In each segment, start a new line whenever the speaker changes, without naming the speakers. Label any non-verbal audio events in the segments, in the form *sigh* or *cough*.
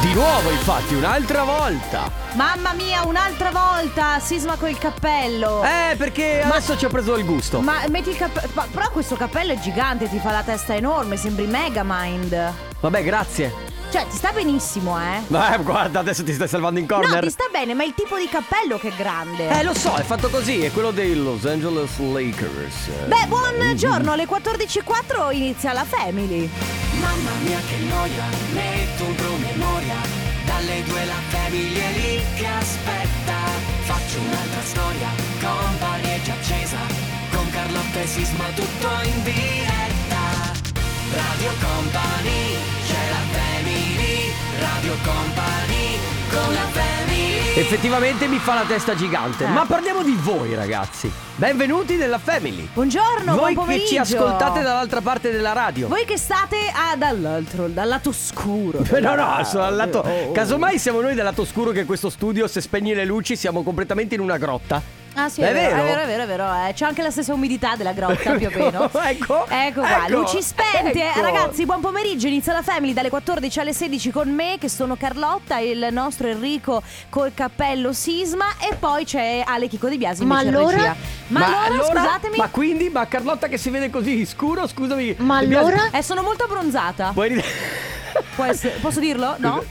Di nuovo, infatti, un'altra volta.
Mamma mia, un'altra volta! Sisma col cappello!
Eh, perché
Ma-
adesso ci ho preso il gusto.
Ma metti il cappello. ma- Però questo cappello è gigante, ti fa la testa enorme, sembri Megamind.
Vabbè, grazie.
Cioè, ti sta benissimo, eh?
Ma eh, guarda, adesso ti stai salvando in
No,
corner.
ti sta bene, ma è il tipo di cappello che è grande.
Eh, lo so, è fatto così. È quello dei Los Angeles Lakers. Eh,
Beh, buongiorno, alle 14.04 inizia la Family.
Mamma mia che noia, metto un promemoria Dalle due la famiglia è lì che aspetta Faccio un'altra storia, company è già accesa Con Carlotta e Sisma tutto in diretta Radio Company, c'è la family Radio Company, con la family
Effettivamente mi fa la testa gigante.
Eh.
Ma parliamo di voi, ragazzi. Benvenuti nella Family.
Buongiorno,
voi
buon
che ci
pomeriggio.
ascoltate dall'altra parte della radio.
Voi che state ah, dall'altro, dal lato scuro.
Beh, No, no, sono al lato.
Oh, oh.
Casomai siamo noi dal lato scuro che questo studio, se spegni le luci, siamo completamente in una grotta.
Ah sì,
È
è vero,
vero?
è vero, è vero, è vero, eh. c'è anche la stessa umidità della grotta più o meno.
*laughs* Ecco,
ecco qua,
ecco,
luci spente.
ecco.
Ragazzi, buon pomeriggio, inizia la Family dalle 14 alle 16 con me che sono Carlotta, il nostro Enrico col cappello sisma e poi c'è Ale Chico Di Biasi
Ma
invece in
allora?
regia. Ma, allora, scusatemi,
Ma quindi, ma Carlotta che si vede così scuro, scusami.
Ma
mi piace-
allora?
eh, sono molto abbronzata.
Puoi rid-
Può essere-
*laughs*
posso dirlo? No?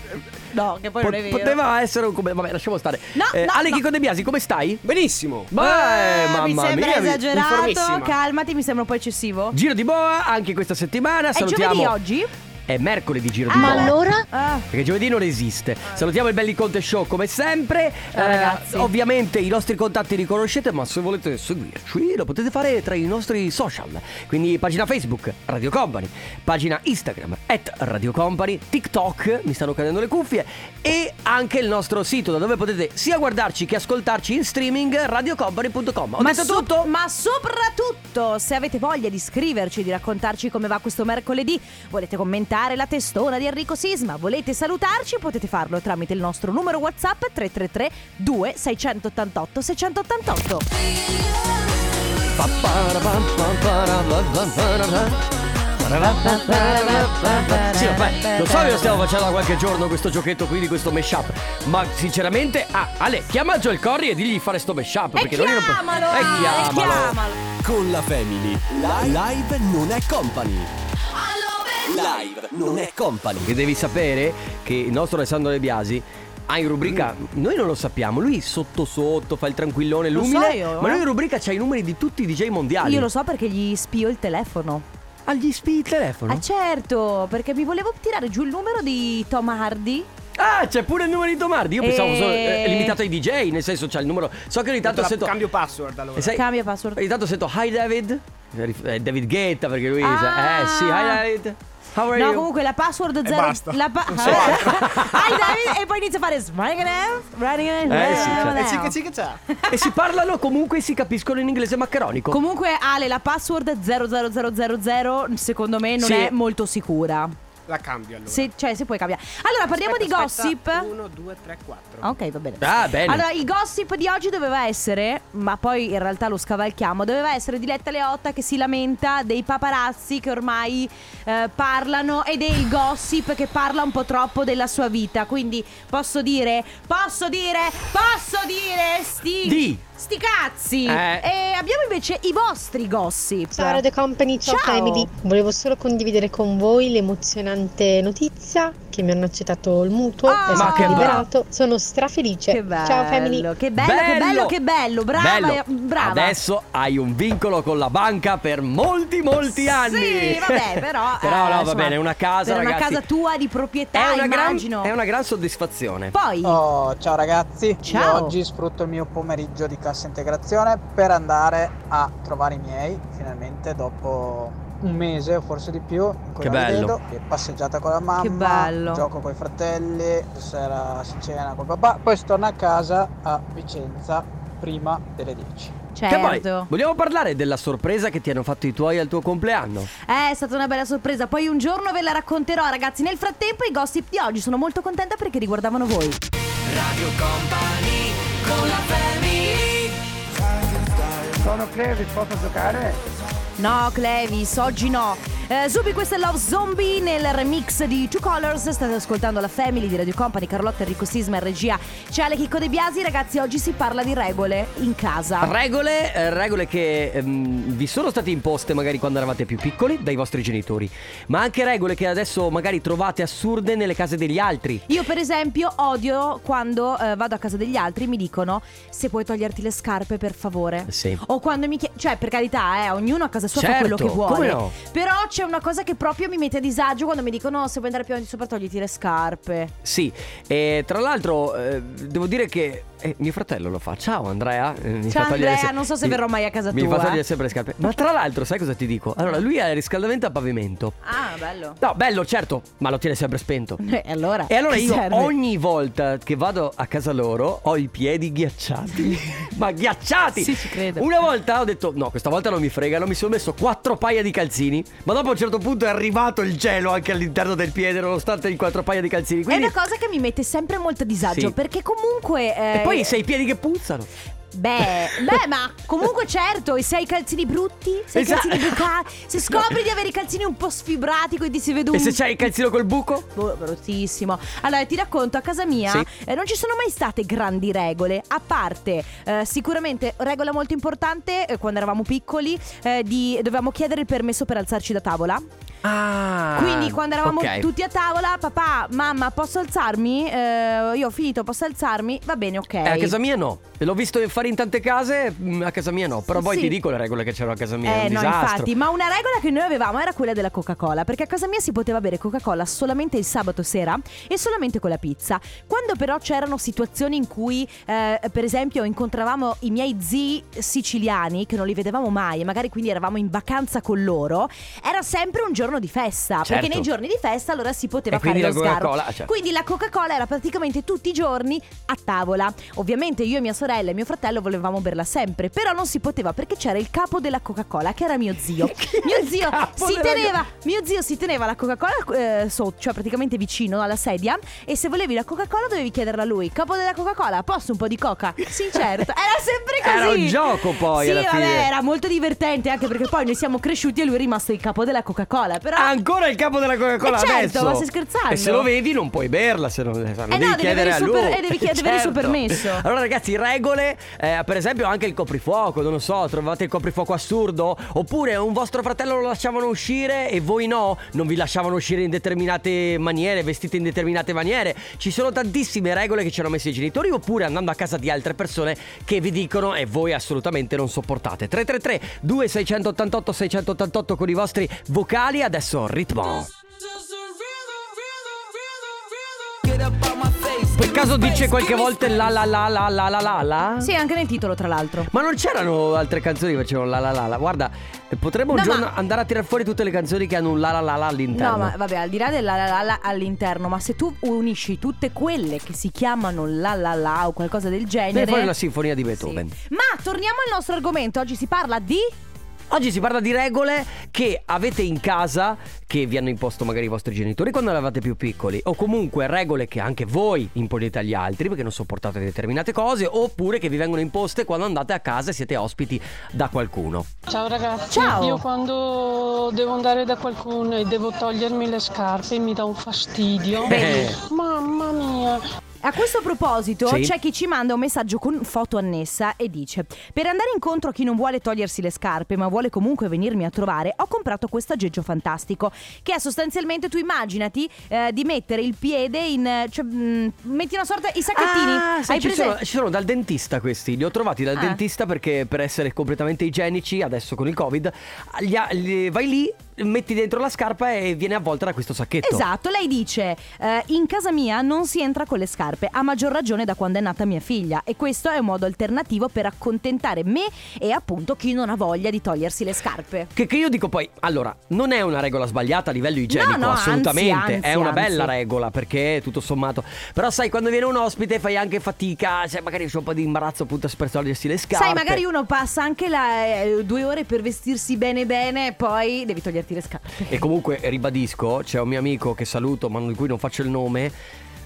No, che poi non è
Pot-
vero.
Poteva essere un come. Vabbè, lasciamo stare.
No, no,
Ale
no.
Chico De Biasi, come stai? Benissimo.
Eh,
Ma eh, mamma
mi sembra
mia, mi-
esagerato.
informissima.
Calmati, mi sembra un po' eccessivo.
Giro di boa anche questa settimana.
È
Salutiamo.
giovedì oggi?
È mercoledì Giro di
Ma
boa.
allora?
Ah.
Perché giovedì non esiste. Salutiamo il Belli Conte Show come sempre. Eh,
Ciao, ragazzi.
Ovviamente i nostri contatti li conoscete, ma se volete seguirci lo potete fare tra i nostri social. Quindi pagina Facebook Radio Company, pagina Instagram at Radio Company, TikTok, mi stanno cadendo le cuffie, e anche il nostro sito da dove potete sia guardarci che ascoltarci in streaming radiocompany.com. Ho detto
so-
tutto?
ma soprattutto, se avete voglia di scriverci, di raccontarci come va questo mercoledì, volete commentare la testona di Enrico Sisma, volete salutarci, potete farlo tramite il nostro numero WhatsApp 333 2688 688.
Sì, vabbè, lo so che lo stiamo facendo da qualche giorno questo giochetto qui di questo mashup, ma sinceramente, ah, Ale, chiama Joel Corri e digli di fare sto mashup
E
perché noi non po-
chiamalo!
Eh,
Ale,
chiamalo.
chiamalo.
Con la Family. Live non è company. Live non è company.
Che devi sapere che il nostro Alessandro De Biasi ha in rubrica,
Mm.
noi non lo sappiamo, lui sotto sotto fa il tranquillone,
Lo so
l'umile,
io,
ma
eh.
lui in rubrica c'ha i numeri di tutti i DJ mondiali.
Io lo so perché gli spio il telefono.
Ha gli spi il telefono.
Ah certo, perché mi volevo tirare giù il numero di Tom Hardy.
Ah, c'è pure il numero di Tomardi. Io pensavo
Eh.
solo eh, limitato ai DJ, nel senso c'è il numero. So che ogni tanto sento. Eh Cambio password allora. Sai,
Cambia password.
Ogni tanto sento Hi David. Eh, David Guetta perché lui
Ah.
sa- Eh sì, hi David. How are
No,
you?
comunque la password zero.
basta.
La pa- *laughs* Hi, David, e poi inizia a fare running running
Eh, sì, cioè.
Eh, sì, che sì, che c'è.
E si parlano comunque e si capiscono in inglese maccheronico.
Comunque Ale, la password 00000 secondo me non
Sì.
è molto sicura.
La cambio allora.
Se, cioè, se puoi cambiare. Allora, parliamo di gossip.
1, 2, 3, 4.
Ok, va bene.
Ah, bene.
Allora, il gossip di oggi doveva essere, ma poi in realtà lo scavalchiamo, doveva essere Diletta Leotta che si lamenta dei paparazzi che ormai eh, parlano ed è il gossip che parla un po' troppo della sua vita. Quindi posso dire, posso dire, posso dire, sti...
Di.
Sti cazzi!
Eh.
E abbiamo invece i vostri gossip.
Ciao Radio Company, ciao,
Ciao.
Family. Volevo solo condividere con voi l'emozionante notizia che mi hanno accettato il mutuo,
Ah,
è
ma che
stato liberato. Sono strafelice.
Che bello,
ciao Family.
che bello, che bello, che bello, brava, eh,
Bello.
brava.
Adesso hai un vincolo con la banca per molti, molti anni.
Sì,
*laughs*
vabbè, però.
Però
eh,
no, va
insomma,
bene, una casa,
Per
ragazzi.
una casa tua di proprietà,
È una, gran,
immagino.
è una gran soddisfazione.
Poi.
Oh, ciao ragazzi,
Ciao.
io oggi sfrutto il mio pomeriggio di cassa integrazione per andare a trovare i miei, finalmente dopo un mese o forse di più, in cui
Che
non li
bello.
vedo, e passeggiata con la mamma,
bello.
gioco con i fratelli, sera si cena con papà, poi si torna a casa a Vicenza prima delle 10.
Che poi,
Certo.
vogliamo parlare della sorpresa che ti hanno fatto i tuoi al tuo compleanno?
Eh, È stata una bella sorpresa. Poi un giorno ve la racconterò, ragazzi. Nel frattempo, i gossip di oggi sono molto contenta perché riguardavano voi. Radio Company con la Sono Clevis, posso giocare? No, Clevis, oggi no. Eh, Zubi, questa è Love Zombie nel remix di Two Colors. State ascoltando la Family di Radio Company, Carlotta Enrico Sisma in regia. C'è Ale Chicco De Biasi. Ragazzi, oggi si parla di regole in casa.
Regole, eh, regole che ehm, vi sono state imposte magari quando eravate più piccoli dai vostri genitori, ma anche regole che adesso magari trovate assurde nelle case degli altri.
Io per esempio odio quando eh, vado a casa degli altri e mi dicono se puoi toglierti le scarpe per favore.
Eh Sì.
O quando mi chiedono, cioè per carità, eh, ognuno a casa sua fa quello
Certo,
che vuole.
come no?
Però c'è una cosa che proprio mi mette a disagio quando mi dicono se vuoi andare più avanti sopra togliti le scarpe.
Sì, e tra l'altro eh, devo dire che eh, mio fratello lo fa. Ciao Andrea. eh, Mi
Ciao,
fa togliere
Andrea, non so se
mi-
verrò mai a casa
mi
tua,
Mi fa
eh.
togliere sempre le scarpe. Ma tra l'altro, sai cosa ti dico? Allora, lui ha il riscaldamento a pavimento.
Ah, bello.
No, bello, certo, ma lo tiene sempre spento.
*laughs* E allora?
E allora
Che
io
serve?
ogni volta che vado a casa loro ho i piedi ghiacciati.
*laughs*
Ma ghiacciati!
Sì, ci credo.
Una volta ho detto no, questa volta non mi fregano, mi sono messo quattro paia di calzini, ma dopo a un certo punto è arrivato il gelo anche all'interno del piede nonostante i quattro paia di calzini. Quindi...
È una cosa che mi mette sempre molto a disagio
Sì.
perché comunque... eh,
E poi sei i piedi che puzzano.
Beh, beh, ma comunque certo, e se hai i calzini brutti, se hai i
Esatto.
calzini
*laughs*
bucati, se scopri di avere i calzini un po' sfibrati, quindi si vede un...
E se c'hai il calzino col buco?
Boh, bruttissimo. Allora, ti racconto, a casa mia
Sì.
eh, non ci sono mai state grandi regole, a parte eh, sicuramente regola molto importante eh, quando eravamo piccoli, eh, di dovevamo chiedere il permesso per alzarci da tavola.
Ah.
Quindi quando eravamo
ok.
tutti a tavola, papà, mamma, posso alzarmi? Eh, io ho finito, posso alzarmi? Va bene, ok.
Eh, a casa mia no. L'ho visto fare in tante case, mm, a casa mia no. Però poi
Sì.
ti dico le regole che c'erano a casa mia. è
Eh
un
no,
disastro.
infatti, ma una regola che noi avevamo era quella della Coca-Cola, perché a casa mia si poteva bere Coca-Cola solamente il sabato sera e solamente con la pizza. Quando però c'erano situazioni in cui, eh, per esempio, incontravamo i miei zii siciliani che non li vedevamo mai e magari quindi eravamo in vacanza con loro, era sempre un giorno di festa, perché
Certo.
nei giorni di festa allora si poteva
E
fare
quindi
lo
la
sgarro.
Coca-Cola, certo.
Quindi la Coca-Cola era praticamente tutti i giorni a tavola. Ovviamente io e mia sorella e mio fratello volevamo berla sempre, però non si poteva perché c'era il capo della Coca-Cola, che era mio
*laughs*
zio. mio zio
capo
si
della-
teneva, mio zio si teneva la Coca-Cola eh, sotto, cioè praticamente vicino alla sedia e se volevi la Coca-Cola dovevi chiederla a lui. Capo della Coca-Cola, posso un po' di Coca? Sì, certo. Era sempre così.
*laughs* Era un gioco poi,
Sì,
alla
vabbè,
fine.
era molto divertente anche perché poi noi siamo cresciuti e lui è rimasto il capo della Coca-Cola, però
Ancora il capo della Coca-Cola
Eh certo,
adesso.
ma stai scherzando?
E se lo vedi non puoi berla, se non eh, se non
no,
devi
devi
chiedere
avere il
a
suo
lui. Certo.
per- eh, devi chiedere il suo permesso.
Allora ragazzi, regole, eh, per esempio anche il coprifuoco, non lo so, trovate il coprifuoco assurdo, oppure un vostro fratello lo lasciavano uscire e voi no, non vi lasciavano uscire in determinate maniere, vestite in determinate maniere. Ci sono tantissime regole che ci hanno messo i genitori, oppure andando a casa di altre persone che vi dicono e voi assolutamente non sopportate. 333 2688 688 con i vostri vocali, adesso ritmo. Per caso dice qualche volta la la la la la la la la?
Sì, anche nel titolo, tra l'altro.
Ma non c'erano altre canzoni che facevano la la la la? Guarda, eh, potremmo un
No,
giorno
ma-
andare a tirar fuori tutte le canzoni che hanno un la la la la all'interno.
No, ma vabbè, al di là del la la la la all'interno, ma se tu unisci tutte quelle che si chiamano la la la o qualcosa del genere.
Viene fuori la sinfonia di Beethoven.
Sì. Ma torniamo al nostro argomento. Oggi si parla di.
Oggi si parla di regole che avete in casa, che vi hanno imposto magari i vostri genitori quando eravate più piccoli, o comunque regole che anche voi imponete agli altri perché non sopportate determinate cose, oppure che vi vengono imposte quando andate a casa e siete ospiti da qualcuno.
Ciao ragazzi,
Ciao.
io quando devo andare da qualcuno e devo togliermi le scarpe mi dà un fastidio.
Beh.
Mamma mia,
A questo proposito,
Sì.
c'è chi ci manda un messaggio con foto annessa e dice: Per andare incontro a chi non vuole togliersi le scarpe, ma vuole comunque venirmi a trovare, ho comprato questo aggeggio fantastico. Che è sostanzialmente, tu immaginati eh, di mettere il piede in. eh, Cioè, mm, metti una sorta. i sacchettini.
Ah, sai,
Hai
ci,
presente?
sono, ci sono dal dentista questi, li ho trovati dal
Ah.
dentista perché per essere completamente igienici, adesso con il covid, gli ha- gli- vai lì, metti dentro la scarpa e viene avvolta da questo sacchetto.
Esatto, lei dice eh, in casa mia non si entra con le scarpe, a maggior ragione da quando è nata mia figlia e questo è un modo alternativo per accontentare me e appunto chi non ha voglia di togliersi le scarpe.
Che, che io dico poi, allora, non è una regola sbagliata a livello igienico,
no, anzi,
assolutamente, è
anzi,
una
anzi.
bella regola perché tutto sommato, però sai quando viene un ospite fai anche fatica, cioè magari c'è un po' di imbarazzo appunto per togliersi le scarpe.
Sai, magari uno passa anche la, eh, due ore per vestirsi bene bene e poi devi toglierti
*laughs*
le scarpe.
E comunque ribadisco, c'è un mio amico che saluto, ma di cui non faccio il nome.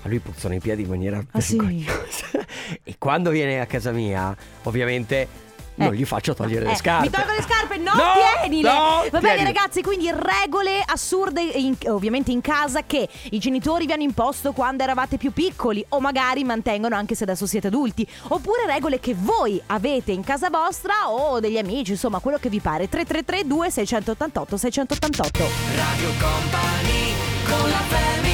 A lui puzzano i piedi in maniera
Ah,
*laughs*
sì?
vergognosa. E quando viene a casa mia, ovviamente non
Eh.
gli faccio togliere
Eh,
le scarpe.
Mi tolgo le scarpe, no,
No,
tienile.
no,
Va bene,
tienile.
ragazzi, quindi regole assurde, in- ovviamente in casa, che i genitori vi hanno imposto quando eravate più piccoli, o magari mantengono anche se adesso siete adulti. Oppure regole che voi avete in casa vostra o degli amici, insomma, quello che vi pare. 3332 688 688
Radio Company con la family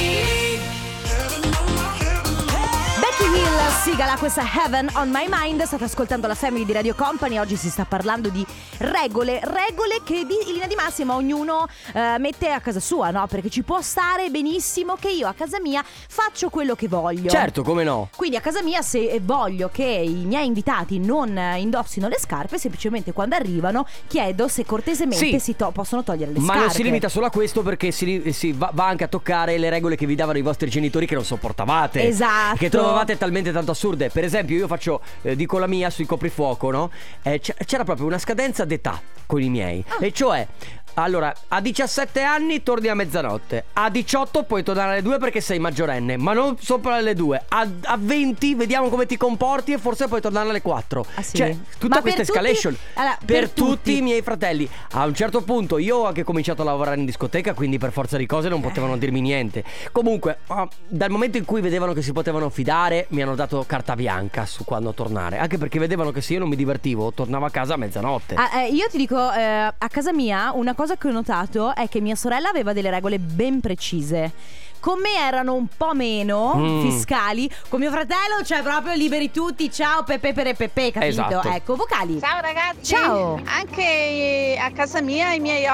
Becky Hill sigala questa Heaven on My Mind. State ascoltando la Family di Radio Company. Oggi si sta parlando di regole. Regole che di, in linea di massima ognuno eh, mette a casa sua, no? Perché ci può stare benissimo che io a casa mia faccio quello che voglio.
Certo, come no?
Quindi a casa mia se voglio che i miei invitati non eh, indossino le scarpe, semplicemente quando arrivano chiedo se cortesemente
Sì.
si to- possono togliere le
Ma
scarpe.
non si limita solo a questo perché si, ri- si va, va anche a toccare le regole che vi davano i vostri genitori che non sopportavate.
Esatto.
Che trovavate talmente tanto assurde. Per esempio, io faccio, eh, dico la mia sui coprifuoco, no? Eh, c'è- c'era proprio una scadenza d'età con i miei.
Ah.
E cioè, allora, a 17 anni torni a mezzanotte, a 18 puoi tornare alle 2 perché sei maggiorenne, ma non sopra le 2. A, a 20 vediamo come ti comporti e forse puoi tornare alle 4.
Ah, sì?
Cioè, tutta
Ma per
questa
tutti-
escalation.
allora,
per
per
tutti
tutti.
i miei fratelli. A un certo punto io ho anche cominciato a lavorare in discoteca, quindi per forza di cose non potevano dirmi niente. Comunque, ah, dal momento in cui vedevano che si potevano fidare, mi hanno dato carta bianca su quando tornare. Anche perché vedevano che se io non mi divertivo, tornavo a casa a mezzanotte.
Ah, eh, io ti dico, eh, a casa mia una cosa che ho notato è che mia sorella aveva delle regole ben precise. Con me erano un po' meno
Mm.
fiscali, con mio fratello cioè proprio liberi tutti, ciao pepe pepe pepe, capito?
Esatto.
Ecco, vocali.
Ciao ragazzi!
Ciao.
Anche a casa mia ai miei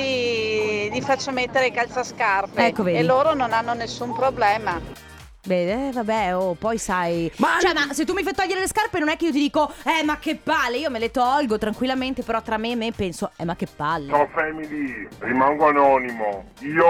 ospiti li faccio mettere i calzascarpe
Ecco, vedi.
e loro non hanno nessun problema.
Beh, eh, vabbè, oh, poi sai.
Ma-
Cioè, ma se tu mi fai togliere le scarpe, non è che io ti dico, eh, ma che palle, io me le tolgo tranquillamente, però tra me e me penso, eh, ma che palle.
Ciao family, rimango anonimo. Io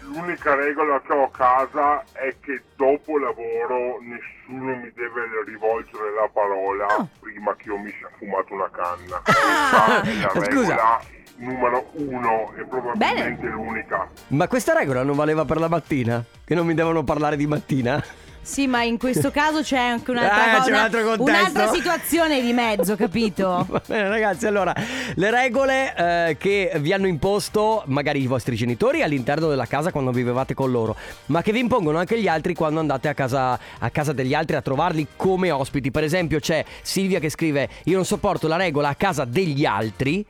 l'unica regola che ho a casa è che dopo lavoro nessuno mi deve rivolgere la parola
Ah.
prima che io mi sia fumato una canna.
Ah.
Questa è la
Scusa.
regola numero uno e probabilmente l'unica.
Ma questa regola non valeva per la mattina? Che non mi devono parlare di mattina?
Sì, ma
*laughs*
in questo caso c'è anche un'altra,
Eh, c'è
cosa-
un altro contesto.
un'altra situazione di
*laughs*
mezzo, capito?
Va bene ragazzi, allora le regole eh, che vi hanno imposto magari i vostri genitori all'interno della casa quando vivevate con loro, ma che vi impongono anche gli altri quando andate a casa, a casa degli altri a trovarli come ospiti. Per esempio c'è Silvia che scrive io non sopporto la regola a casa degli altri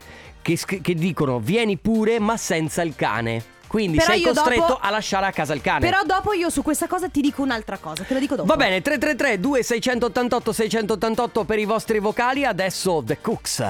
che, scri- che dicono vieni pure ma senza il cane. Quindi
Però
sei
io
costretto
dopo-
a lasciare a casa il cane.
Però dopo io su questa cosa ti dico un'altra cosa, te lo dico dopo.
Va bene, 333 2688 688 per i vostri vocali, adesso The Cooks.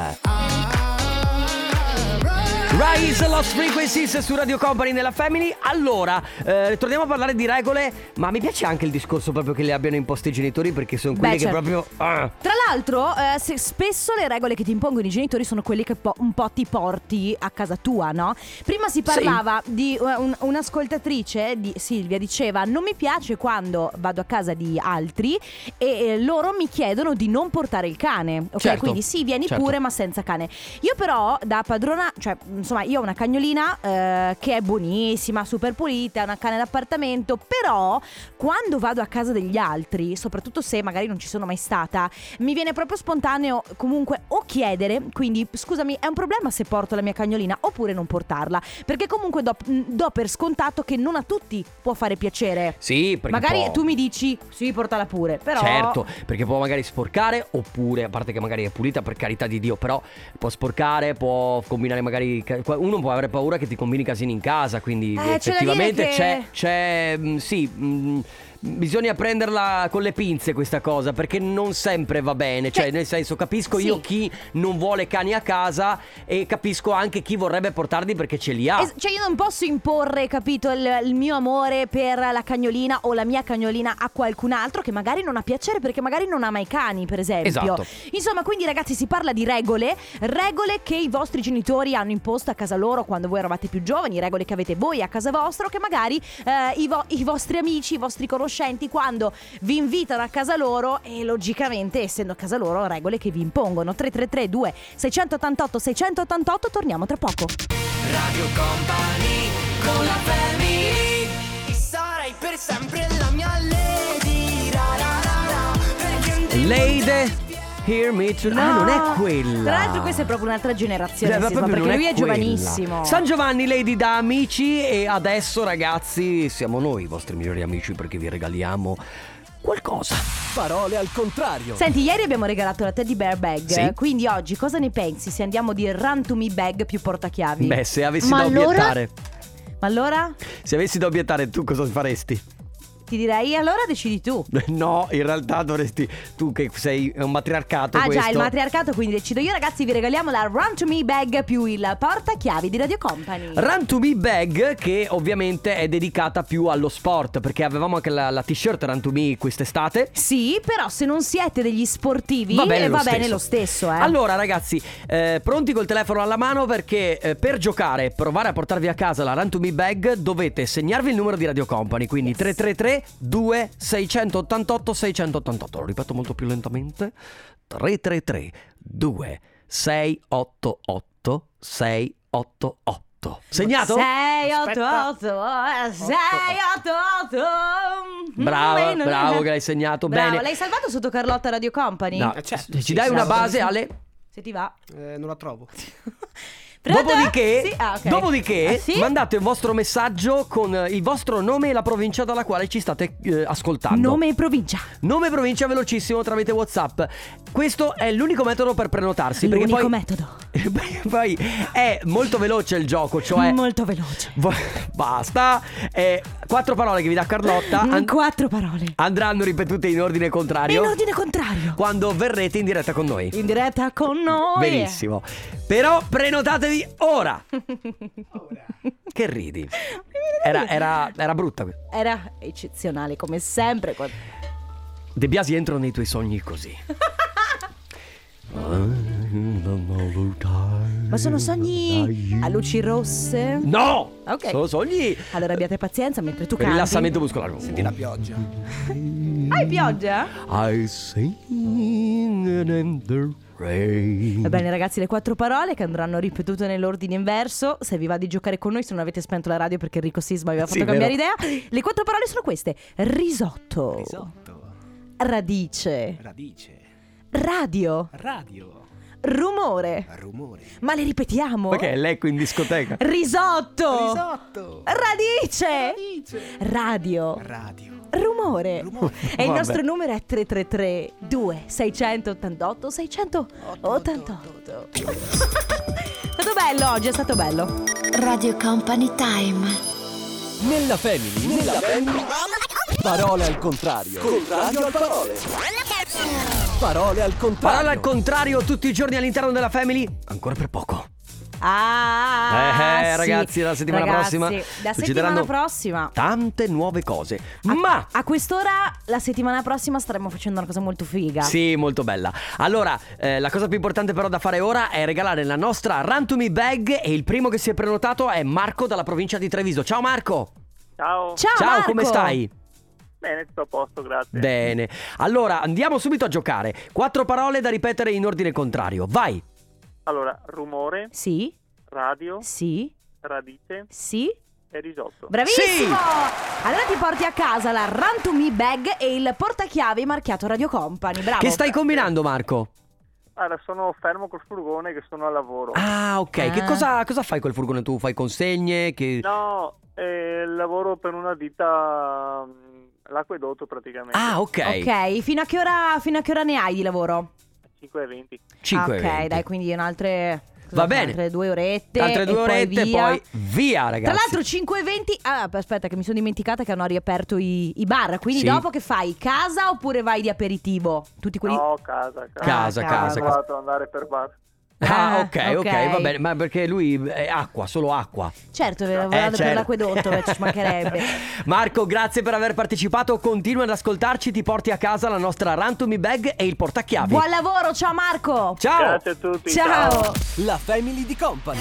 Rise Lost Frequencies su Radio Company nella Family. Allora, eh, torniamo a parlare di regole, ma mi piace anche il discorso proprio che le abbiano imposte i genitori perché sono quelli
Beh,
che
certo.
proprio ah,
Tra l'altro, eh, se- spesso le regole che ti impongono i genitori sono quelle che po- un po' ti porti a casa tua, no? Prima si parlava di eh, un- un'ascoltatrice di Silvia diceva "Non mi piace quando vado a casa di altri e eh, loro mi chiedono di non portare il cane". Ok,
Certo.
quindi sì, vieni
Certo.
pure ma senza cane. Io però da padrona, cioè insomma, io ho una cagnolina eh, che è buonissima, super pulita, è una cane d'appartamento, però quando vado a casa degli altri, soprattutto se magari non ci sono mai stata, mi viene proprio spontaneo comunque o chiedere, quindi scusami, è un problema se porto la mia cagnolina oppure non portarla, perché comunque do, mh, do per scontato che non a tutti può fare piacere.
Sì, perché
magari
può-
tu mi dici sì, portala pure, però
Certo, perché può magari sporcare oppure, a parte che magari è pulita per carità di Dio, però può sporcare, può combinare magari... ca- Uno può avere paura che ti combini casini in casa, quindi
Eh, c'è da
effettivamente
dire che-
c'è... c'è, mh, sì, mh, bisogna prenderla con le pinze questa cosa, perché non sempre va bene, cioè
Cioè,
nel senso capisco
sì.
io chi non vuole cani a casa e capisco anche chi vorrebbe portarli perché ce li ha.
Es- cioè io non posso imporre, capito, il, il mio amore per la cagnolina o la mia cagnolina a qualcun altro che magari non ha piacere perché magari non ama i cani, per esempio.
Esatto.
Insomma, quindi ragazzi si parla di regole, regole che i vostri genitori hanno imposto a casa loro quando voi eravate più giovani, regole che avete voi a casa vostra o che magari eh, i, vo- i vostri amici, i vostri conoscenti quando vi invitano a casa loro e logicamente essendo a casa loro regole che vi impongono. 333 2 688 688 torniamo tra poco.
Radio Company con la family Sarai per sempre la mia lady ra, ra, ra, ra, perché un
Leide Hear Me Tonight. Ah, non è quella.
Tra l'altro questa è proprio un'altra generazione,
Cioè, ma
Sisma,
proprio
perché
non
lui è,
quella.
giovanissimo.
San Giovanni, Lady da amici e adesso ragazzi siamo noi i vostri migliori amici perché vi regaliamo qualcosa.
Parole al contrario.
Senti, ieri abbiamo regalato la Teddy Bear Bag,
Certo. Sì.
quindi oggi cosa ne pensi se andiamo di Run to Me Bag più portachiavi?
Beh, se avessi
Ma
da
allora?
obiettare,
Ma allora
se avessi da obiettare tu cosa faresti? *laughs*
ti direi, allora decidi tu.
No, in realtà dovresti tu che sei è un matriarcato
Ah
questo.
già, il matriarcato, quindi decido io ragazzi, vi regaliamo la Run to Me Bag più il portachiavi di Radio Company.
Run to me bag che ovviamente è dedicata più allo sport perché avevamo anche la, la t-shirt Run to me quest'estate.
sì, però se non siete degli sportivi
Va bene, lo,
bene
stesso.
lo stesso, eh.
Allora ragazzi, eh, pronti col telefono alla mano perché eh, per giocare e provare a portarvi a casa la Run to me bag dovete segnarvi il numero di Radio Company, quindi 333 2688 688. Lo ripeto molto più lentamente. 333 2688 688. Segnato?
688 688
Brava,
Mm,
bravo che l'hai segnato
Brava,
bene.
l'hai salvato sotto Carlotta Radio Company?
No,
Eh, certo,
ci
sì,
dai
sì,
una
sì.
base Ale?
Se ti va
Eh, non la trovo.
Pronto?
Dopodiché,
Sì, ah, ok.
dopodiché
Ah, sì?
mandate un vostro messaggio con eh, il vostro nome e la provincia dalla quale ci state eh, ascoltando.
Nome e provincia
Nome e provincia velocissimo tramite WhatsApp. Questo è l'unico metodo per prenotarsi. perché
L'unico
poi- *laughs*
metodo
poi è molto veloce il gioco, cioè.
Molto veloce
Vo- *laughs* Basta. Eh, quattro parole che vi dà Carlotta
Mm,
an-
Quattro parole
andranno ripetute in ordine contrario
In ordine contrario
quando verrete in diretta con noi.
In diretta con noi
Benissimo. Però prenotatevi
*laughs*
ora. Che ridi? Era, era- era brutta.
Era eccezionale come sempre Con-
De Biasi entro nei tuoi
*laughs*
sogni così.
Ma sono sogni a luci rosse
No!
Ok.
Sono sogni.
Allora abbiate pazienza mentre tu canti
Rilassamento muscolare.
Senti la pioggia.
Hai pioggia?
I sing in the rain.
Va bene ragazzi, le quattro parole che andranno ripetute nell'ordine inverso. Se vi va di giocare con noi, se non avete spento la radio perché Enrico Sisma vi ha fatto
Sì,
cambiare idea. Le quattro parole sono queste. Risotto.
Risotto.
Radice.
Radice.
Radio.
Radio.
Rumore.
Rumore.
Ma le ripetiamo?
Ma che è l'eco in discoteca?
Risotto.
Risotto.
Radice.
Radice.
Radio.
Radio.
Rumore.
Rumore.
E il
Vabbè.
nostro numero è 333 2688 688. *laughs* È stato bello oggi, è stato bello.
Radio Company Time.
Nella family, nella family. Parole al contrario. Contrario al parole. Parole al contrario.
Parola al contrario tutti i giorni all'interno della family. Ancora per poco.
Ah,
Eh, eh,
sì.
ragazzi, la settimana
Ragazzi,
prossima
La
succederanno
settimana prossima.
Tante nuove cose.
A-
Ma
a quest'ora la settimana prossima staremo facendo una cosa molto figa.
Sì, molto bella. Allora, eh, la cosa più importante però da fare ora è regalare la nostra Run to Me bag e il primo che si è prenotato è Marco dalla provincia di Treviso. Ciao Marco!
Ciao.
Ciao,
Ciao,
Marco.
come stai?
Bene, tutto a posto, grazie.
Bene. Allora, andiamo subito a giocare. Quattro parole da ripetere in ordine contrario. Vai!
Allora, rumore,
Sì,
radio,
sì,
radice
sì.
e risotto.
Bravissimo!
Sì!
Allora ti porti a casa la Run to Me bag e il portachiavi marchiato Radio Company. Bravo.
Che stai combinando, Marco?
Allora, sono fermo col furgone che sono al lavoro.
Ah, ok. Che
Ah.
cosa, cosa fai col furgone tu? Fai consegne? Che...
No, eh, lavoro per una ditta, mh, l'acquedotto praticamente.
Ah, ok.
Ok, fino a, che ora, fino a che ora ne hai di lavoro?
5,20.
Cinque
Ah, ok,
eventi.
dai, quindi un'altre. cosa
Va
sono?
bene.
Altre due orette.
Altre due
e
orette
poi via.
poi via, ragazzi.
Tra l'altro 5.20 Ah aspetta che mi sono dimenticata che hanno riaperto i, i bar Quindi
Sì.
dopo che fai? Casa oppure vai di aperitivo? Tutti quelli
No, casa, casa.
Casa,
Ah,
casa,
Ho
casa.
provato ad andare per bar.
Ah,
Ah,
ok, ok,
ok.
va bene, ma perché lui è acqua, solo acqua.
Certo
Eh,
lavorando per
certo.
l'acquedotto beh,
*laughs*
Ci mancherebbe
Marco, grazie per aver partecipato. Continua ad ascoltarci, ti porti a casa la nostra Rantomy Bag e il portachiavi.
Buon lavoro ciao Marco
Ciao!
Grazie a tutti.
Ciao
La family di company.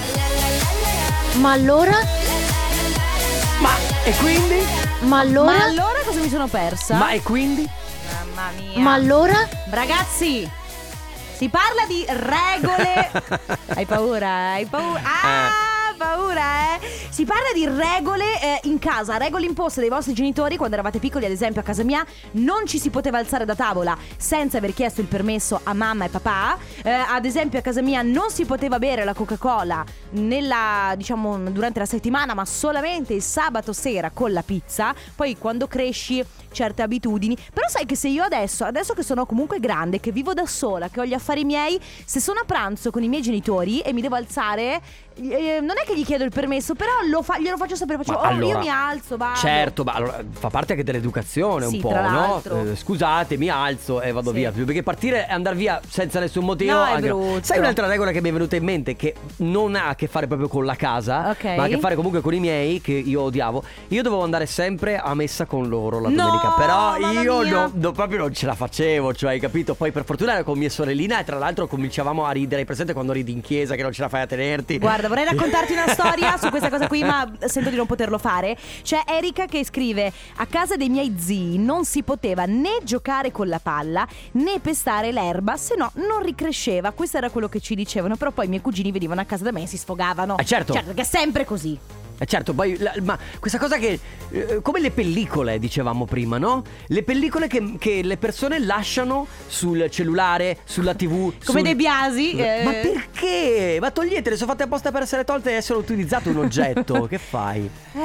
Ma allora?
Ma e quindi?
Ma allora?
Ma allora cosa mi sono persa?
Ma e quindi?
Mamma mia
Ma allora?
Ragazzi si parla di regole Hai paura? Hai paura? Ah,
Eh.
paura, eh. Si parla di regole eh, in casa, regole imposte dai vostri genitori quando eravate piccoli, ad esempio a casa mia non ci si poteva alzare da tavola senza aver chiesto il permesso a mamma e papà. Eh, ad esempio a casa mia non si poteva bere la Coca-Cola nella, diciamo, durante la settimana, ma solamente il sabato sera con la pizza. Poi quando cresci certe abitudini, però sai che se io adesso, adesso che sono comunque grande, che vivo da sola, che ho gli affari miei, se sono a pranzo con i miei genitori e mi devo alzare, eh, non è che gli chiedo il permesso, però lo fa- glielo faccio sapere, faccio
Ma
"Oh, io
allora,
mi alzo, vado".
Certo, ma allora, fa parte anche dell'educazione
Sì,
un po',
tra
no?
l'altro.
Eh, Scusate, mi alzo e vado
Sì.
via. Perché partire e andare via senza nessun motivo.
No, è
anche
brutto.
Sai un'altra regola che mi è venuta in mente, che non ha a che fare proprio con la casa,
Ok.
ma ha a che fare comunque con i miei, che io odiavo. Io dovevo andare sempre a messa con loro la
No,
domenica.
mamma
Però io
mia.
no- no, proprio non ce la facevo, cioè, hai capito? Poi per fortuna ero con mia sorellina e tra l'altro cominciavamo a ridere. Hai presente quando ridi in chiesa che non ce la fai a tenerti?
Guarda, vorrei raccontarti una storia su questa cosa qui,
*laughs*
ma sento di non poterlo fare. C'è Erika che scrive: A casa dei miei zii non si poteva né giocare con la palla né pestare l'erba, se no non ricresceva. Questo era quello che ci dicevano. Però poi i miei cugini venivano a casa da me e si sfogavano.
Eh, certo.
Certo, perché è sempre così.
Eh, certo, poi la- ma questa cosa che. eh, come le pellicole, dicevamo prima, no? Le pellicole che, che le persone lasciano sul cellulare, sulla TV.
Come
sul-
De Biasi, eh.
Ma perché? Ma toglietele, sono fatte apposta per essere tolte e essere utilizzato un
*laughs*
oggetto. che fai?
Eh,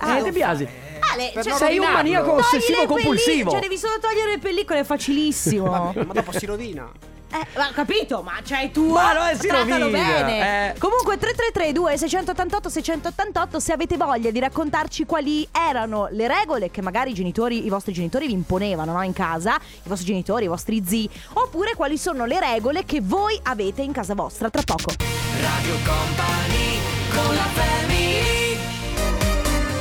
eh, De Biasi.
Ale,
Per
cioè,
non Sei un rovinarlo. maniaco
Togli le
ossessivo compulsivo.
pelli- Cioè, devi solo togliere le pellicole, è
*laughs*
facilissimo.
Vabbè, ma dopo si
rovina.
Eh, ma ho capito, ma c'hai tu.
Ma no, eh, si
trattalo
rovina,
bene.
eh.
Comunque 3332 688 688 se avete voglia di raccontarci quali erano le regole che magari i genitori, i vostri genitori vi imponevano, no, in casa, i vostri genitori, i vostri zii, oppure quali sono le regole che voi avete in casa vostra tra poco.
Radio Company con la family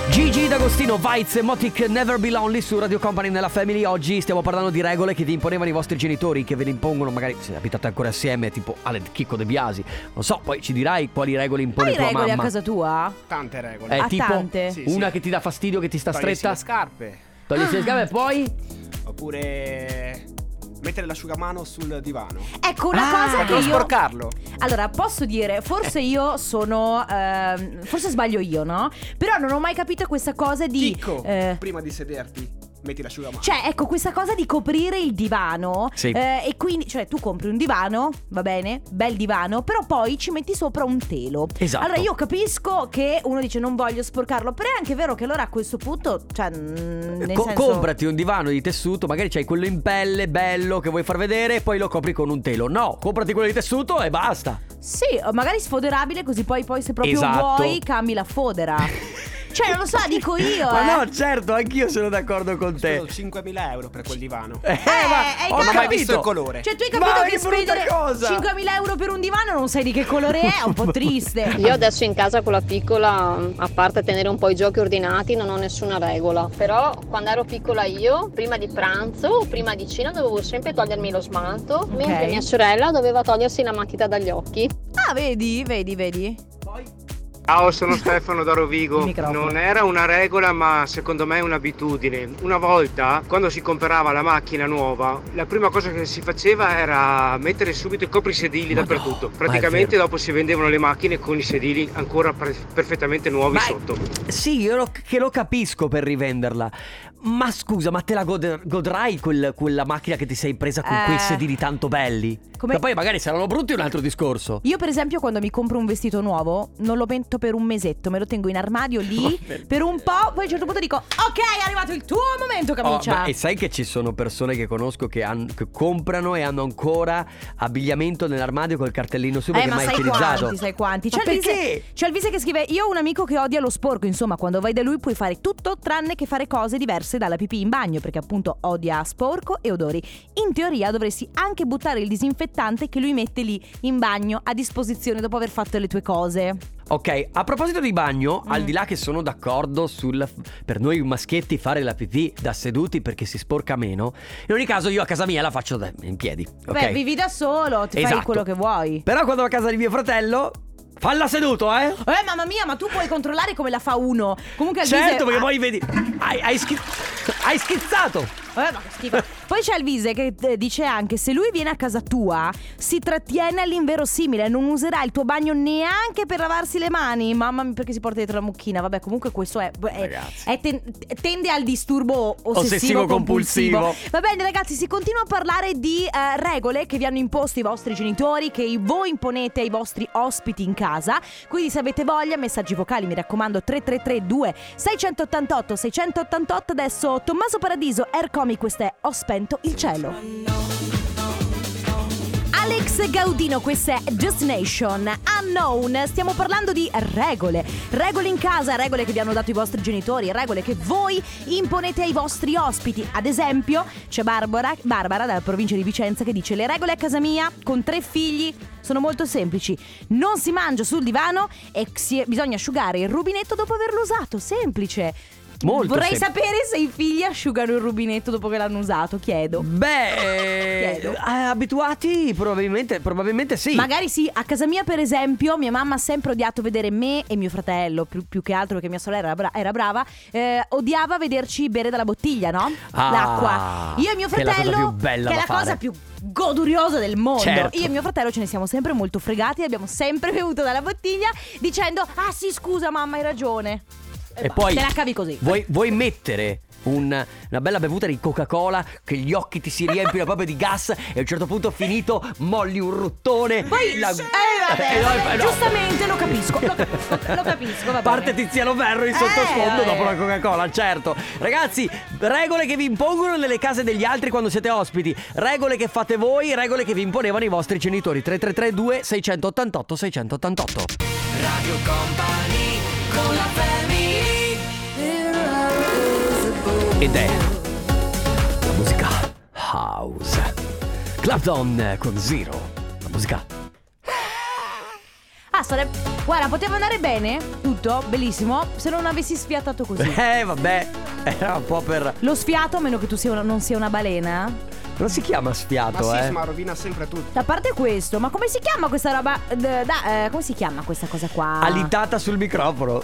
Gigi D'Agostino, Vice, Motic, Never Be Lonely su Radio Company nella Family. Oggi stiamo parlando di regole che vi imponevano i vostri genitori, che ve le impongono magari se abitate ancora assieme, tipo Ale Chicco De Biasi. Non so, poi ci dirai quali regole impone
Hai
tua
regole
mamma.
a casa tua?
Tante regole.
È
A
tipo
tante?
Sì,
una
sì.
che ti dà fastidio, che ti sta
Togliersi
Eh, stretta.
le scarpe.
Togliersi le scarpe e poi.
Oppure mettere l'asciugamano sul divano.
Ecco una
Ah,
cosa
per
che
non
io
sporcarlo.
Allora, posso dire, forse io sono ehm, forse sbaglio io, no? Però non ho mai capito questa cosa di
Chicco,
eh,
prima di sederti, metti l'asciugamano.
Cioè, ecco, questa cosa di coprire il divano.
Sì.
eh, e quindi, cioè, tu compri un divano, va bene? Bel divano, però poi ci metti sopra un telo.
Esatto.
Allora, io capisco che uno dice non voglio sporcarlo, però è anche vero che allora a questo punto, cioè, mm, nel
Co-
senso...
Comprati un divano di tessuto, magari c'hai quello in pelle, bello, che vuoi far vedere, e poi lo copri con un telo. No, comprati quello di tessuto e basta.
Sì, o magari sfoderabile così poi, poi se proprio
Esatto.
vuoi cambi la
*laughs*
fodera. cioè, non lo so, dico io, eh.
Ma no, certo, anch'io sono d'accordo con te.
cioè,
Speso 5.000 euro per quel divano.
Eh, ma
hai
ho
capito?
mai
visto il colore.
Cioè, tu hai
Ma
capito
che
che
brutta
spendere
cosa!
5.000 euro per un divano non sai di che colore è? È
*laughs*
un po' triste.
Io adesso in casa con la piccola, a parte tenere un po' i giochi ordinati, non ho nessuna regola. Però quando ero piccola io, prima di pranzo o prima di cena, dovevo sempre togliermi lo smalto, mentre mia sorella doveva togliersi la matita dagli occhi.
Ah, vedi, vedi, vedi.
Ciao, sono Stefano da Rovigo.
microfono.
Non era una regola, ma secondo me è un'abitudine. Una volta, quando si comprava la macchina nuova, la prima cosa che si faceva era mettere subito i coprisedili dappertutto. Praticamente dopo si vendevano le macchine con i sedili ancora pre- perfettamente nuovi sotto.
Sì, io lo- che lo capisco per rivenderla. Ma scusa, ma te la gode- godrai quel- quella macchina che ti sei presa con
Eh.
quei sedili tanto belli?
Come-
Ma poi magari saranno brutti è un altro discorso.
Io, per esempio, quando mi compro un vestito nuovo, non lo metto per un mesetto, me lo tengo in
*laughs*
armadio
Oh,
lì per un po'. Poi a un certo punto dico: Ok, è arrivato il tuo momento,
Oh,
camicia.
ma- e sai che ci sono persone che conosco che, han- che comprano e hanno ancora abbigliamento nell'armadio col cartellino su
Eh,
perché
ma
mai
sai
utilizzato.
quanti, sai quanti.
Ma
C'è il,
perché?
Vise, c'è il Vise che scrive: Io ho un amico che odia lo sporco. Insomma, quando vai da lui puoi fare tutto tranne che fare cose diverse dalla pipì in bagno, perché appunto odia sporco e odori. In teoria dovresti anche buttare il disinfettante che lui mette lì in bagno a disposizione dopo aver fatto le tue cose.
Ok, a proposito di
Mm.
bagno, al di là che sono d'accordo sul per noi maschietti fare la pipì da seduti perché si sporca meno, in ogni caso io a casa mia la faccio da- in piedi. Ok.
Beh, vivi da solo, ti fai
Esatto.
quello che vuoi.
Però quando va a casa di mio fratello, falla seduto,
*laughs*
eh?
Eh, mamma mia, ma tu puoi controllare come la fa uno. Comunque Ah, al
certo,
Vise-
perché
ah,
poi vedi. Hai, hai schi- hai schizzato!
Vabbè, ma eh, che schifo. Poi c'è Elvise che eh, dice anche: se lui viene a casa tua, si trattiene all'inverosimile, non userà il tuo bagno neanche per lavarsi le mani. Mamma mia, perché si porta dietro la mucchina? Vabbè, comunque questo Eh, è. è,
Ragazzi.
è ten- tende al disturbo ossessivo
Ossessivo-compulsivo.
compulsivo. Va bene ragazzi, si continua a parlare di eh, regole che vi hanno imposto i vostri genitori, che i- voi imponete ai vostri ospiti in casa. Quindi se avete voglia, messaggi vocali, mi raccomando, 3332 688 688. Adesso Tommaso Paradiso, Air Comic, questo è Ho spento il cielo. Alex Gaudino, questa è Destination Unknown. Stiamo parlando di regole. Regole in casa, regole che vi hanno dato i vostri genitori, regole che voi imponete ai vostri ospiti. Ad esempio, c'è Barbara, Barbara dalla provincia di Vicenza che dice: Le regole a casa mia, con tre figli, sono molto semplici. Non si mangia sul divano e si- bisogna asciugare il rubinetto dopo averlo usato. Semplice.
Molto
Vorrei
semplice.
sapere se i figli asciugano il rubinetto dopo che l'hanno usato, chiedo.
Beh,
Chiedo.
eh, abituati probabilmente, probabilmente sì.
Magari sì, a casa mia per esempio mia mamma ha sempre odiato vedere me e mio fratello, più, più che altro perché mia sorella era, bra- era brava, eh, odiava vederci bere dalla bottiglia, no?
Ah,
L'acqua. Io e mio
che è la cosa
fratello,
più bella
che
da
è la
fare.
cosa più goduriosa del mondo.
Certo.
Io e mio fratello ce ne siamo sempre molto fregati, abbiamo sempre bevuto dalla bottiglia dicendo "Ah sì, scusa mamma, hai ragione".
E
basta,
poi
te la cavi così.
Vuoi, vuoi mettere un- una bella bevuta di Coca-Cola che gli occhi ti si riempiono proprio di gas e a un certo punto finito molli un ruttone.
Poi
la-
eh,
*laughs*
vabbè,
Eh, no,
vabbè,
eh, no.
giustamente lo capisco, lo capisco, lo
*laughs*
capisco, va bene.
Parte Tiziano Ferro in sottofondo
Eh, vabbè.
dopo la Coca-Cola, certo. Ragazzi, regole che vi impongono nelle case degli altri quando siete ospiti, regole che fate voi, regole che vi imponevano i vostri genitori. 3332 688 688.
Radio Company con la family
Ed è la musica house. Clapton con Zero. La musica
Ah, sarebbe. Guarda, poteva andare bene, tutto, bellissimo, se non avessi
*laughs*
sfiatato così.
Eh vabbè, era un po' per...
Lo sfiato, a meno che tu sia una- non sia una balena.
Non si chiama
Cioè,
Ma
sfiato, eh.
sì, ma rovina sempre tutto.
A parte questo, ma come si chiama questa roba? d- da- eh, come si chiama questa cosa qua?
Allitata sul microfono.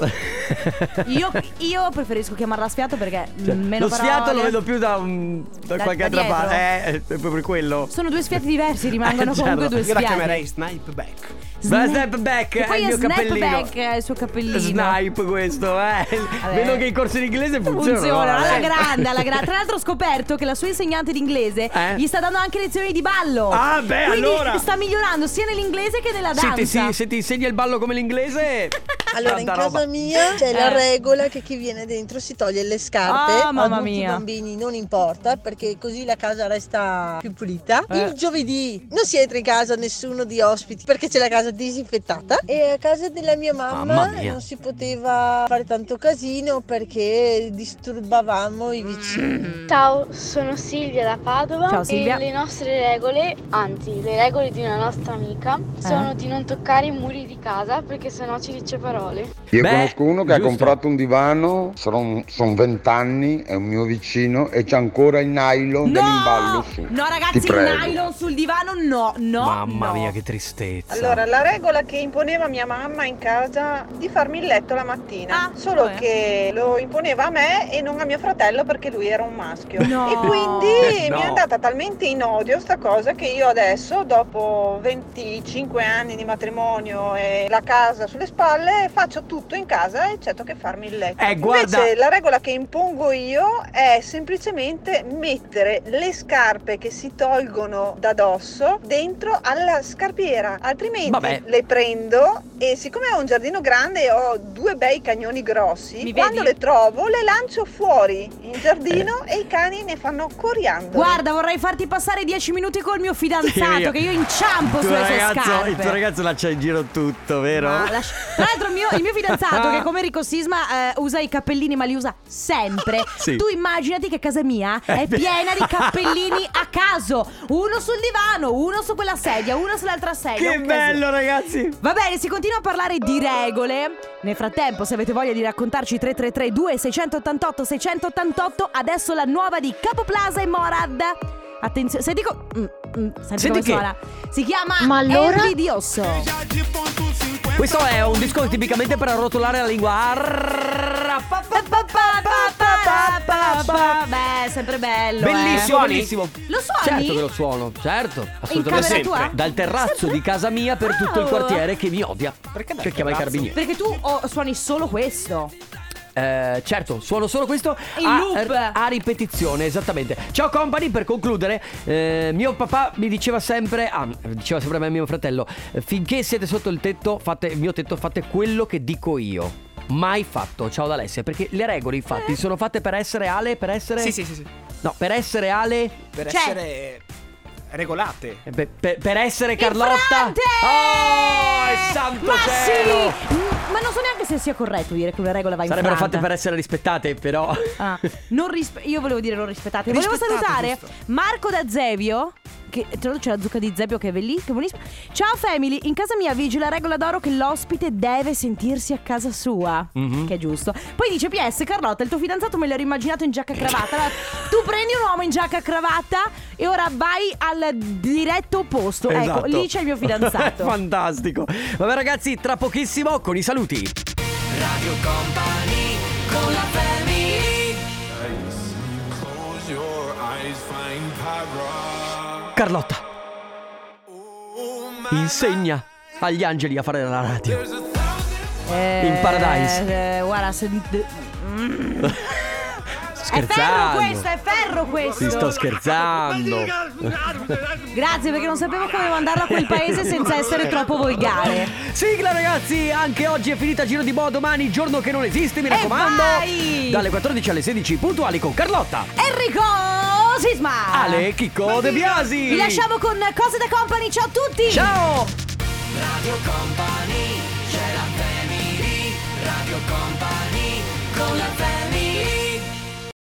Io, io preferisco chiamarla sfiato perché
Cioè,
mm, meno
lo sfiato lo
parole.
vedo più da, un- da
Da-
qualche altra
da dietro.
parte. Eh, è proprio per quello.
Sono due sfiati diversi, rimangono
*laughs* Eh,
comunque
certo.
due
Io la
sfiati.
chiamerei
Snipe back.
Ma snap back
E
è
poi
il
è
mio
snap
cappellino.
back, è il suo cappellino.
Snipe questo,
*laughs*
eh. Vedo che i corsi d'inglese funzionano.
Funziona, alla
eh.
grande,
*laughs*
alla grande. Tra l'altro ho scoperto che la sua insegnante d'inglese
Eh?
gli sta dando anche lezioni di ballo.
Ah, beh,
Quindi
allora.
sta migliorando sia nell'inglese che nella
Se
danza.
ti, sì, se ti insegna il ballo come l'inglese.
*laughs*
Allora, in
tanta
casa
roba.
mia c'è la
Eh.
regola che chi viene dentro si toglie le scarpe.
Ah,
o
mamma
adulti,
mia.
bambini, non importa, perché così la casa resta più pulita.
Eh.
Il giovedì non si entra in casa nessuno di ospiti perché c'è la casa disinfettata. E a casa della mia mamma,
Mamma mia.
non si poteva fare tanto casino perché disturbavamo i vicini.
Ciao, sono Silvia da Padova
Mm. Ciao, Silvia.
e le nostre regole, anzi le regole di una nostra amica,
Eh.
sono di non toccare i muri di casa perché sennò ci dice parole.
Io conosco uno che
giusto.
ha comprato un divano, sono vent'anni, è un mio vicino e c'è ancora il nylon dell'imballo su.
No,
Ti
ragazzi, il
prego.
nylon sul divano, no, no.
Mamma mia, che tristezza.
Allora, la regola che imponeva mia mamma in casa di farmi il letto la
Ah,
mattina, solo
oh, eh.
che lo imponeva a me e non a mio fratello perché lui era un maschio.
No.
E quindi
No.
mi è andata talmente in odio sta cosa che io adesso, dopo 25 anni di matrimonio e la casa sulle spalle, faccio tutto in casa eccetto che farmi il letto.
Eh, guarda-
Invece la regola che impongo io è semplicemente mettere le scarpe che si tolgono da dosso dentro alla scarpiera, altrimenti
Vabbè.
le prendo e siccome ho un giardino grande e ho due bei cagnoni grossi,
Mi
quando
vedi?
le trovo le lancio fuori in giardino
Eh.
e i cani ne fanno coriandoli.
Guarda, vorrei farti passare 10 minuti col mio fidanzato,
Sì, io-
che io inciampo
Il tuo
sulle sue
ragazzo-
scarpe.
Il tuo ragazzo la c'ha in giro tutto, vero? Ah,
Ma lascia- Tra l'altro il mio, il mio fidanzato
*laughs*
che come Rico Sisma eh, usa i cappellini ma li usa sempre
*laughs* Sì.
Tu immaginati che
*laughs*
casa mia è
Eh, beh.
piena di cappellini a caso Uno sul divano, uno su quella sedia, uno sull'altra sedia
Che
un casino.
bello, ragazzi!
Va bene, si continua a parlare di regole. Nel frattempo, se avete voglia di raccontarci 333 2688 688, adesso la nuova di Capo Plaza e Morad. Attenzione, senti co- mm, mm, senti
Senti
come
che-
suona. Si chiama
Ma allora?
Envidioso.
Questo è un disco tipicamente per arrotolare la lingua. Arr-
Pa, pa, pa, pa, pa, pa, pa, pa. Beh, sempre bello. eh.
Bellissimo, bellissimo.
Lo suoni?
Certo che lo suono, certo, assolutamente.
camera tua? Sempre.
Dal terrazzo di casa mia per tutto il
Wow.
quartiere che mi odia. Perché
dal
chiama i carabinieri.
Perché tu oh, suoni solo questo.
Eh, certo, suono solo questo
In
a,
loop.
a ripetizione, esattamente. Ciao company, per concludere, eh, mio papà mi diceva sempre, ah, diceva sempre a me e mio fratello, finché siete sotto il tetto, fate il mio tetto, fate quello che dico io. Mai fatto, ciao da Alessia, perché le regole
Eh.
infatti sono fatte per essere ale, per essere...
Sì, sì, sì, sì.
No, per essere ale...
Per
Cioè-
essere regolate.
Eh, Per, per- per essere Carlotta
Infrante!
Oh, è santo
Ma
cielo!
sì! Mm, Ma non so neanche se sia corretto dire che una regola va in
Sarebbero
franta.
fatte per essere rispettate però
Ah, non rispe- io volevo dire non rispettate. Volevo
Rispettate,
salutare
giusto.
Marco da Zevio. Che, tra l'altro c'è la zucca di Zevio che è bellissima. buonissima. Ciao family, in casa mia vige la regola d'oro che l'ospite deve sentirsi a casa sua.
Mhm.
Che è giusto. Poi dice PS Carlotta, il tuo fidanzato me l'ero immaginato in giacca e cravatta. Allora, tu prendi un uomo in giacca e cravatta e ora vai al diretto opposto. Ecco,
Esatto.
lì c'è il
*laughs*
mio fidanzato.
Fantastico Vabbè ragazzi tra pochissimo con i saluti
Radio Company con la family.
Carlotta Insegna agli angeli a fare la radio
Eh,
In paradise.
eh, guarda, se- Mm. È ferro
Scherzando
questo, è ferro questo.
Si sto scherzando
Grazie perché non sapevo come mandarla a quel paese senza essere troppo volgare.
Sigla ragazzi, anche oggi è finita Giro di Boa, domani giorno che non esiste, mi raccomando.
vai!
Dalle 14 alle 16 puntuali con Carlotta.
Enrico Sisma.
Ale e Chicco De Biasi.
Vi lasciamo con Cose da Company, ciao a tutti.
Ciao.
Radio Company, c'è la family. Radio Company con la family.